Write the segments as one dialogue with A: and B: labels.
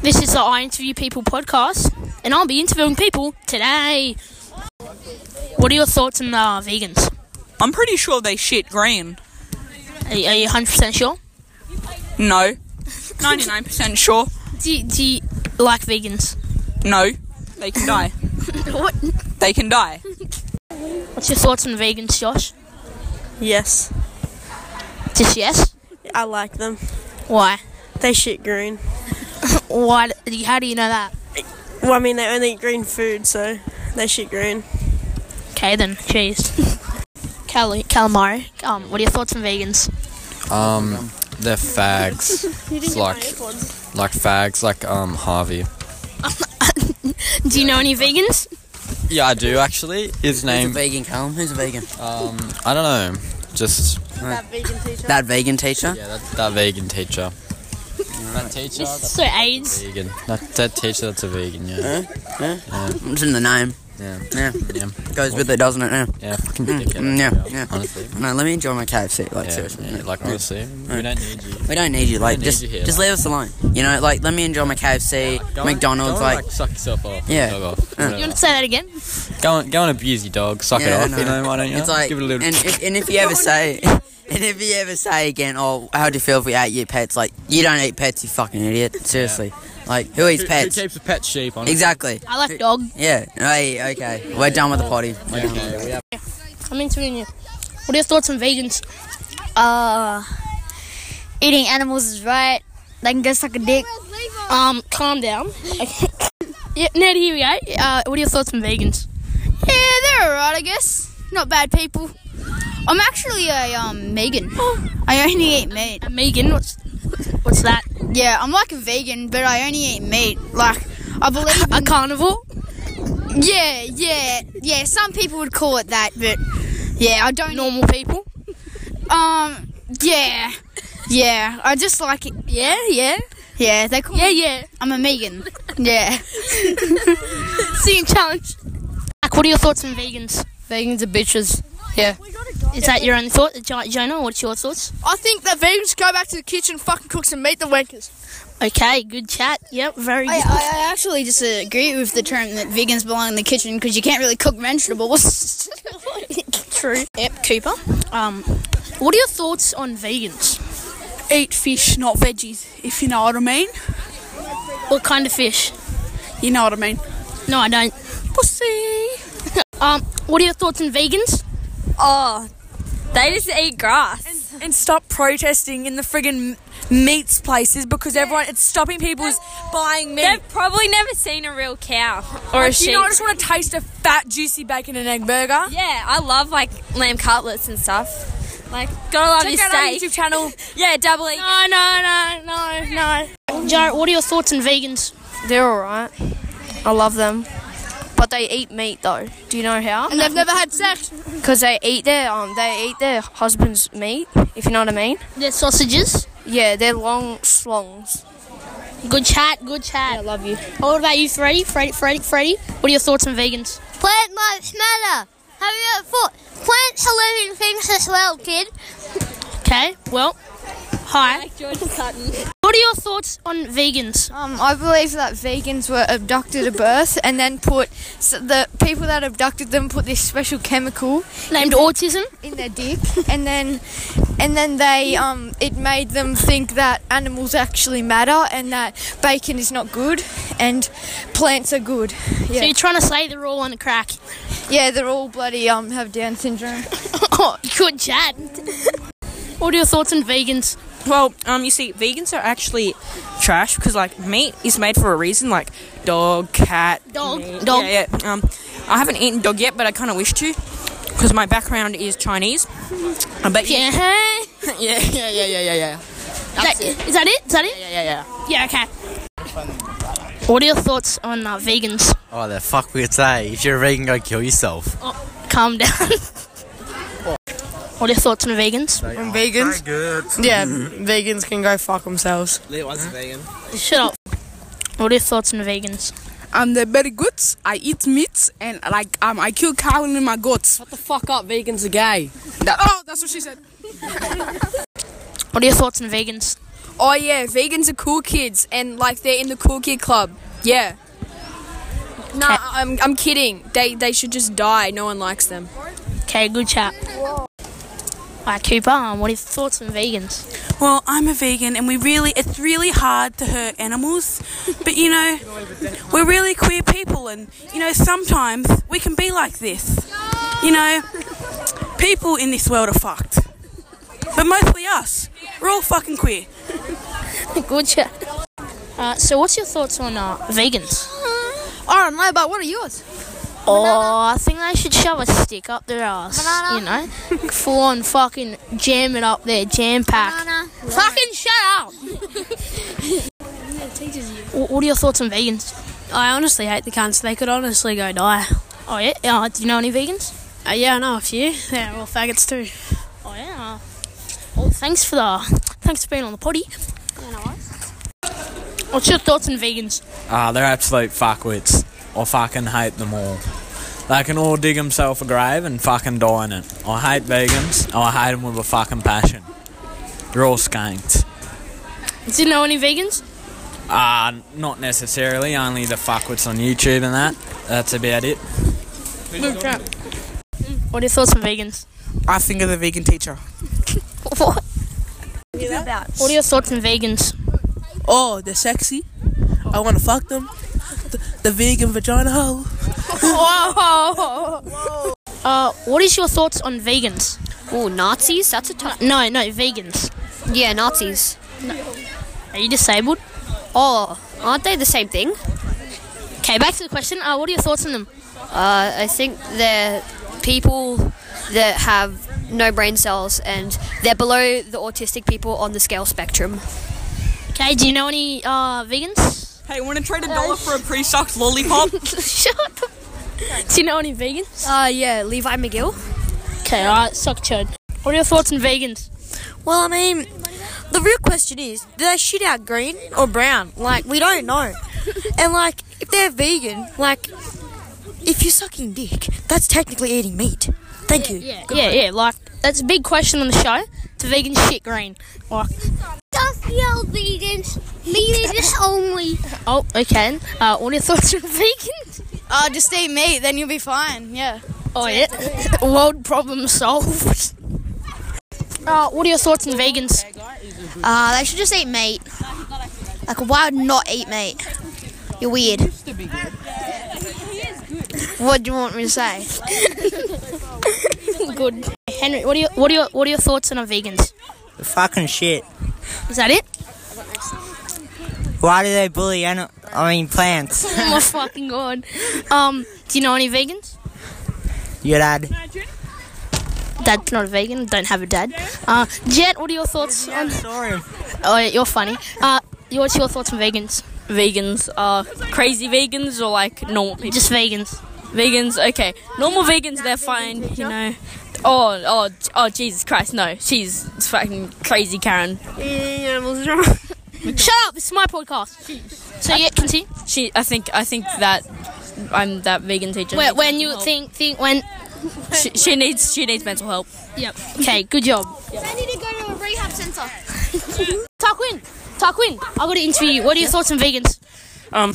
A: This is the I Interview People podcast, and I'll be interviewing people today. What are your thoughts on uh, vegans?
B: I'm pretty sure they shit green.
A: Are, you- are you 100% sure?
B: No. 99% sure.
A: Do, you- do you like vegans?
B: No. They can die.
A: What?
B: They can die.
A: What's your thoughts on vegans, Josh?
C: Yes,
A: Just yes?
C: I like them.
A: Why?
C: They shit green.
A: Why? d- How do you know that?
C: Well, I mean, they only eat green food, so they shit green.
A: Okay then, cheers. Cali- calamari. Um, what are your thoughts on vegans?
D: Um, they're fags. It's like, like fags, like um Harvey.
A: Do you know any vegans?
D: Yeah, I do actually. His
E: Who's a
D: name,
E: vegan, Callum? Who's a vegan?
D: um, I don't know, just
C: That vegan teacher.
E: That vegan teacher?
D: yeah, that, that vegan teacher. That teacher, that's
A: So AIDS.
D: vegan. That, that teacher, that's a vegan. Yeah,
E: It's in the name.
D: yeah,
E: Yeah.
D: yeah,
E: Goes with it, doesn't it? Yeah.
D: yeah. Fucking
E: Mm,
D: ridiculous.
E: yeah, yeah.
D: Honestly,
E: No, let me enjoy my KFC. Like,
D: yeah,
E: seriously.
D: yeah. Like honestly, we don't need you.
E: We don't need you. Like,
D: need
E: just
D: you here,
E: just
D: like-
E: leave us alone. You know, like, let me enjoy my KFC,
D: Go and-
E: McDonald's.
D: go and,
E: like,
D: suck yourself off.
E: Yeah. Mm.
D: Dog off.
E: Yeah.
A: You
D: whatever.
A: want to say that again?
D: Go and go and abuse your dog. Suck
E: yeah,
D: it off.
E: no.
D: You know why don't you?
E: It's like,
D: give it a little.
E: and, if, and if you ever say, and if you ever say again, oh, how do you feel if we ate your pets? Like, you don't eat pets, you fucking idiot. Seriously. Like, who eats
D: who,
E: pets?
D: Who keeps a pet sheep? Honestly?
E: exactly.
A: I like dog.
E: Yeah. Hey, okay. We're done with the potty. We're done.
D: Okay, we have
A: I'm interviewing you. What are your thoughts on vegans?
F: Uh, eating animals is right. They can go suck a dick.
A: Um, calm down. yeah, Ned, here we go. Uh, what are your thoughts on vegans?
F: Yeah, they're alright, I guess. Not bad people. I'm actually a um vegan. I only eat meat.
A: Uh, Megan, what's what's that?
F: Yeah, I'm like a vegan, but I only eat meat. Like I believe.
A: A
F: in-
A: carnivore?
F: yeah, yeah, yeah. Some people would call it that, but yeah, I don't.
A: Normal people?
F: Um, yeah, yeah. I just like it.
A: Yeah, yeah,
F: Yeah, they call.
A: yeah,
F: me-
A: yeah.
F: I'm a vegan. Yeah.
A: Singing challenge. Like, what are your thoughts on vegans? Vegans are bitches. Yeah. Is that your own thought, Jo- Jonah? What's your thoughts?
G: I think that vegans go back to the kitchen, fucking cook some meat, the wankers.
A: Okay, good chat. Yep, very
F: I,
A: good.
F: I, I actually disagree with the term that vegans belong in the kitchen because you can't really cook vegetables.
A: True. Yep, Cooper. Um, what are your thoughts on vegans?
G: Eat fish, not veggies, if you know what I mean.
A: What kind of fish?
G: You know what I mean.
A: No, I don't.
G: Pussy.
A: Um, what are your thoughts on vegans?
H: Oh, they just eat grass.
I: and stop protesting in the friggin' meats places because everyone it's stopping people's buying meat.
H: They've probably never seen a real cow or a
I: Like, do
H: sheep.
I: you not just want to taste a fat, juicy bacon and egg burger?
H: yeah, I love like lamb cutlets and stuff. Like, gotta love
I: Check
H: your
I: out our
H: steak.
I: YouTube channel.
H: Yeah, double E.
A: No, no, no, no, no. Jarrett, what are your thoughts on vegans?
G: They're alright. I love them. But they eat meat though. Do you know how?
F: and they've never had sex.
G: Because they eat their um they eat their husband's meat, if you know what I mean.
A: They're sausages.
G: Yeah, they're long slongs.
A: Good chat, good chat. I love you. What about you, Freddie? Freddie, Freddie, Freddie. What are your thoughts on vegans?
J: Plant lives matter. Have you ever thought? Plants are living things as well, kid.
A: Okay, well, hi.
H: George Sutton.
A: What are your thoughts on vegans?
G: Um, I believe that vegans were abducted at birth and then put so the people that abducted them put this special chemical
A: Named autism.
G: in their dick, and then and then they um it made them think that animals actually matter and that bacon is not good and plants are good.
A: So
G: Yeah,
A: you're trying to say they're all on a crack?
G: yeah, they're all bloody um have Down syndrome.
A: oh, good chat. what are your thoughts on vegans?
B: Well, um, you see, vegans are actually trash because like meat is made for a reason, like dog, cat,
A: Dog,
B: meat.
A: dog.
B: Yeah, yeah. Um, I haven't eaten dog yet, but I kind of wish to because my background is Chinese. I bet you.
A: Yeah. That- Is
B: yeah, yeah, yeah, yeah, yeah, yeah,
A: that it? Is that it?
B: yeah, yeah, yeah.
A: Yeah, okay. What are your thoughts on uh, vegans?
E: Oh, the fuck weird say. If you're a vegan, go kill yourself.
A: Oh, Calm down. what are your thoughts on vegans?
C: And vegans. Yeah, vegans can go fuck themselves.
A: Shut up. What are your thoughts on vegans?
G: Um, they're very good. I eat meat and like um I kill cow in my guts.
E: Shut the fuck up, vegans are gay.
G: Oh, that's what she said.
A: What are your thoughts on vegans?
K: oh yeah, vegans are cool kids and like they're in the cool kid club. Yeah. Nah, I'm, I'm kidding. They they should just die. No one likes them.
A: Okay, good chat. Alright, Cooper, um, what are your thoughts on vegans?
B: Well, "Oh, I'm a vegan, and we really, it's really hard to hurt animals. But you know, we're really queer people, and you know, sometimes we can be like this. You know, people in this world are fucked. But mostly us. We're all fucking queer.
A: good chat. Uh, so, what's your thoughts on uh, vegans?
L: Uh,
F: I don't know, but what are yours?
A: Oh, I think they should shove a stick up their ass. You know, full on fucking jam it up there, jam pack.
M: Fucking shut up.
A: Wh- What are your thoughts on vegans?
L: I honestly hate the cunts. They could honestly go die.
A: Oh yeah. Uh, do you know any vegans?
L: Uh, yeah, I know a few. They're all faggots too.
A: Oh yeah. Well, thanks for the thanks for being on the potty. What's your thoughts on vegans?
D: Ah, they're absolute fuckwits. I fucking hate them all. They can all dig themselves a grave and fucking die in it. I hate vegans. I hate them with a fucking passion. They're all skanked.
A: Do you know any vegans?
D: Ah, not necessarily. Only the fuckwits on YouTube and that. That's about it.
A: Good chat. What are your thoughts on vegans?
N: I think of the vegan teacher.
A: What? What are your thoughts on vegans?
O: Oh, they're sexy. I want to fuck them. The, the vegan vagina hole.
A: Whoa! uh, what is your thoughts on vegans?
H: Oh, Nazis? That's a tough.
A: No, no, vegans.
H: Yeah, Nazis.
A: Are you disabled?
H: Oh, aren't they the same thing?
A: Okay, back to the question. Uh, what are your thoughts on them?
H: Uh, I think they're people that have no brain cells and they're below the autistic people on the scale spectrum.
A: Okay, do you know any uh, vegans?
P: Hey, want to trade a dollar for a pre-sucked lollipop?
A: Shut up. Do you know any vegans?
H: Uh, yeah, Levi McGill.
A: Okay, alright, suck chud. What are your thoughts on vegans?
C: Well, I mean, the real question is, do they shit out green or brown? Like, we don't know. And like, if they're vegan, like, if you're sucking dick, that's technically eating meat. Thank you.
A: Yeah, yeah, yeah, like, that's a big question on the show. To vegan shit green. Like,
M: Just yell vegans. Vegans only.
A: oh, okay. Uh, what are your thoughts on vegans?
F: Uh, just eat meat, then you'll be fine. Yeah.
A: Oh, yeah. World problem solved. Uh, what are your thoughts on vegans?
M: Uh, they should just eat meat. Like, why would not eat meat? You're weird.
F: What do you want me to say?
A: Good. Henry, what are your what are your what are your thoughts on vegans?
E: Fucking shit.
A: Is that it?
E: Why do they bully anim- I mean plants?
A: Oh my fucking god. Um, do you know any vegans?
E: Your dad.
A: Dad's not a vegan. Don't have a dad. Uh, Jet, what are your thoughts on? Oh, yeah, you're funny. Uh, what's your thoughts on vegans?
G: Vegans are crazy vegans or like normal people?
A: Just vegans.
G: Vegans, okay. Normal vegans, they're fine, you know. Oh, oh, oh, Jesus Christ, no. She's fucking crazy, Karen.
A: Animals wrong. Shut up! This is my podcast. So yeah, continue.
G: She, I think, I think that I'm that vegan teacher.
A: When,
G: needs
A: when
G: mental
A: you
G: help.
A: think think when.
G: she, she needs, she needs mental help.
A: Yep. Okay. Good job.
M: They need to go to a rehab centre.
A: Tarquin, Tarquin, I got to interview you. What are your thoughts on vegans?
Q: Um,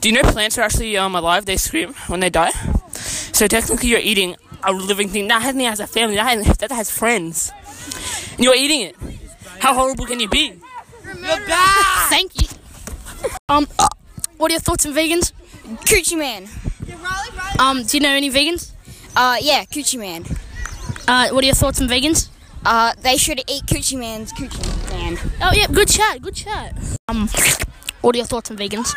Q: do you know plants are actually um, alive? They scream when they die. So technically, you're eating a living thing. That thing has a family. That has, that has friends. And you're eating it. How horrible can you be?
A: Thank you. Um, what are your thoughts on vegans?
K: Coochie man.
A: Um, do you know any vegans?
K: Uh, yeah, coochie man.
A: Uh, what are your thoughts on vegans?
K: Uh, they should eat coochie man's coochie man.
A: Oh yeah, good chat, good chat. Um, what are your thoughts on vegans?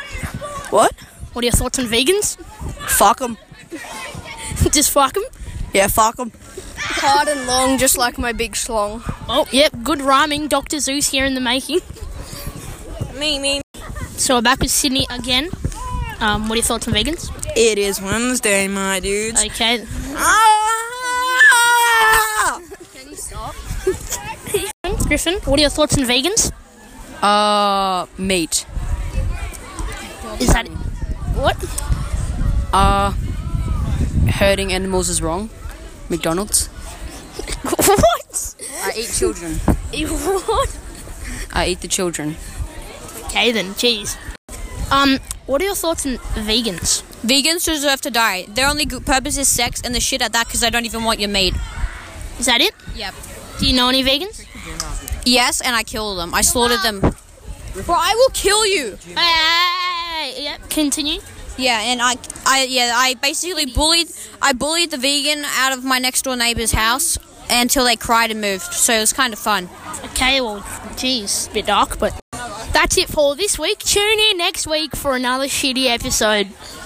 O: What?
A: What are your thoughts on vegans?
O: Fuck them.
A: Just fuck 'em.
O: Yeah, fuck them.
K: Hard and long, just like my big slong.
A: Oh, yep, good rhyming. Dr. Zeus here in the making.
R: Me, me.
A: So we're back with Sydney again. Um, what are your thoughts on vegans?
R: It is Wednesday, my dudes. Ah!
A: Okay.
R: Can
M: you stop?
A: Griffin, what are your thoughts on vegans?
P: Uh, meat.
A: Is that what?
P: Uh, hurting animals is wrong. McDonald's.
A: what?
P: I eat children.
A: what?
G: I eat the children.
A: Okay then, jeez. Um, what are your thoughts on vegans?
G: Vegans deserve to die. Their only good purpose is sex and the shit at that because they don't even want your meat.
A: Is that it?
G: Yep.
A: Do you know any vegans?
G: Yes, and I killed them. I slaughtered them. Bro, I will kill you.
A: Hey, yep. Continue.
G: Yeah, and I, I, yeah, I basically bullied, I bullied the vegan out of my next door neighbor's house until they cried and moved. So it was kind of fun.
A: Okay, well, geez, bit dark, but that's it for this week. Tune in next week for another shitty episode.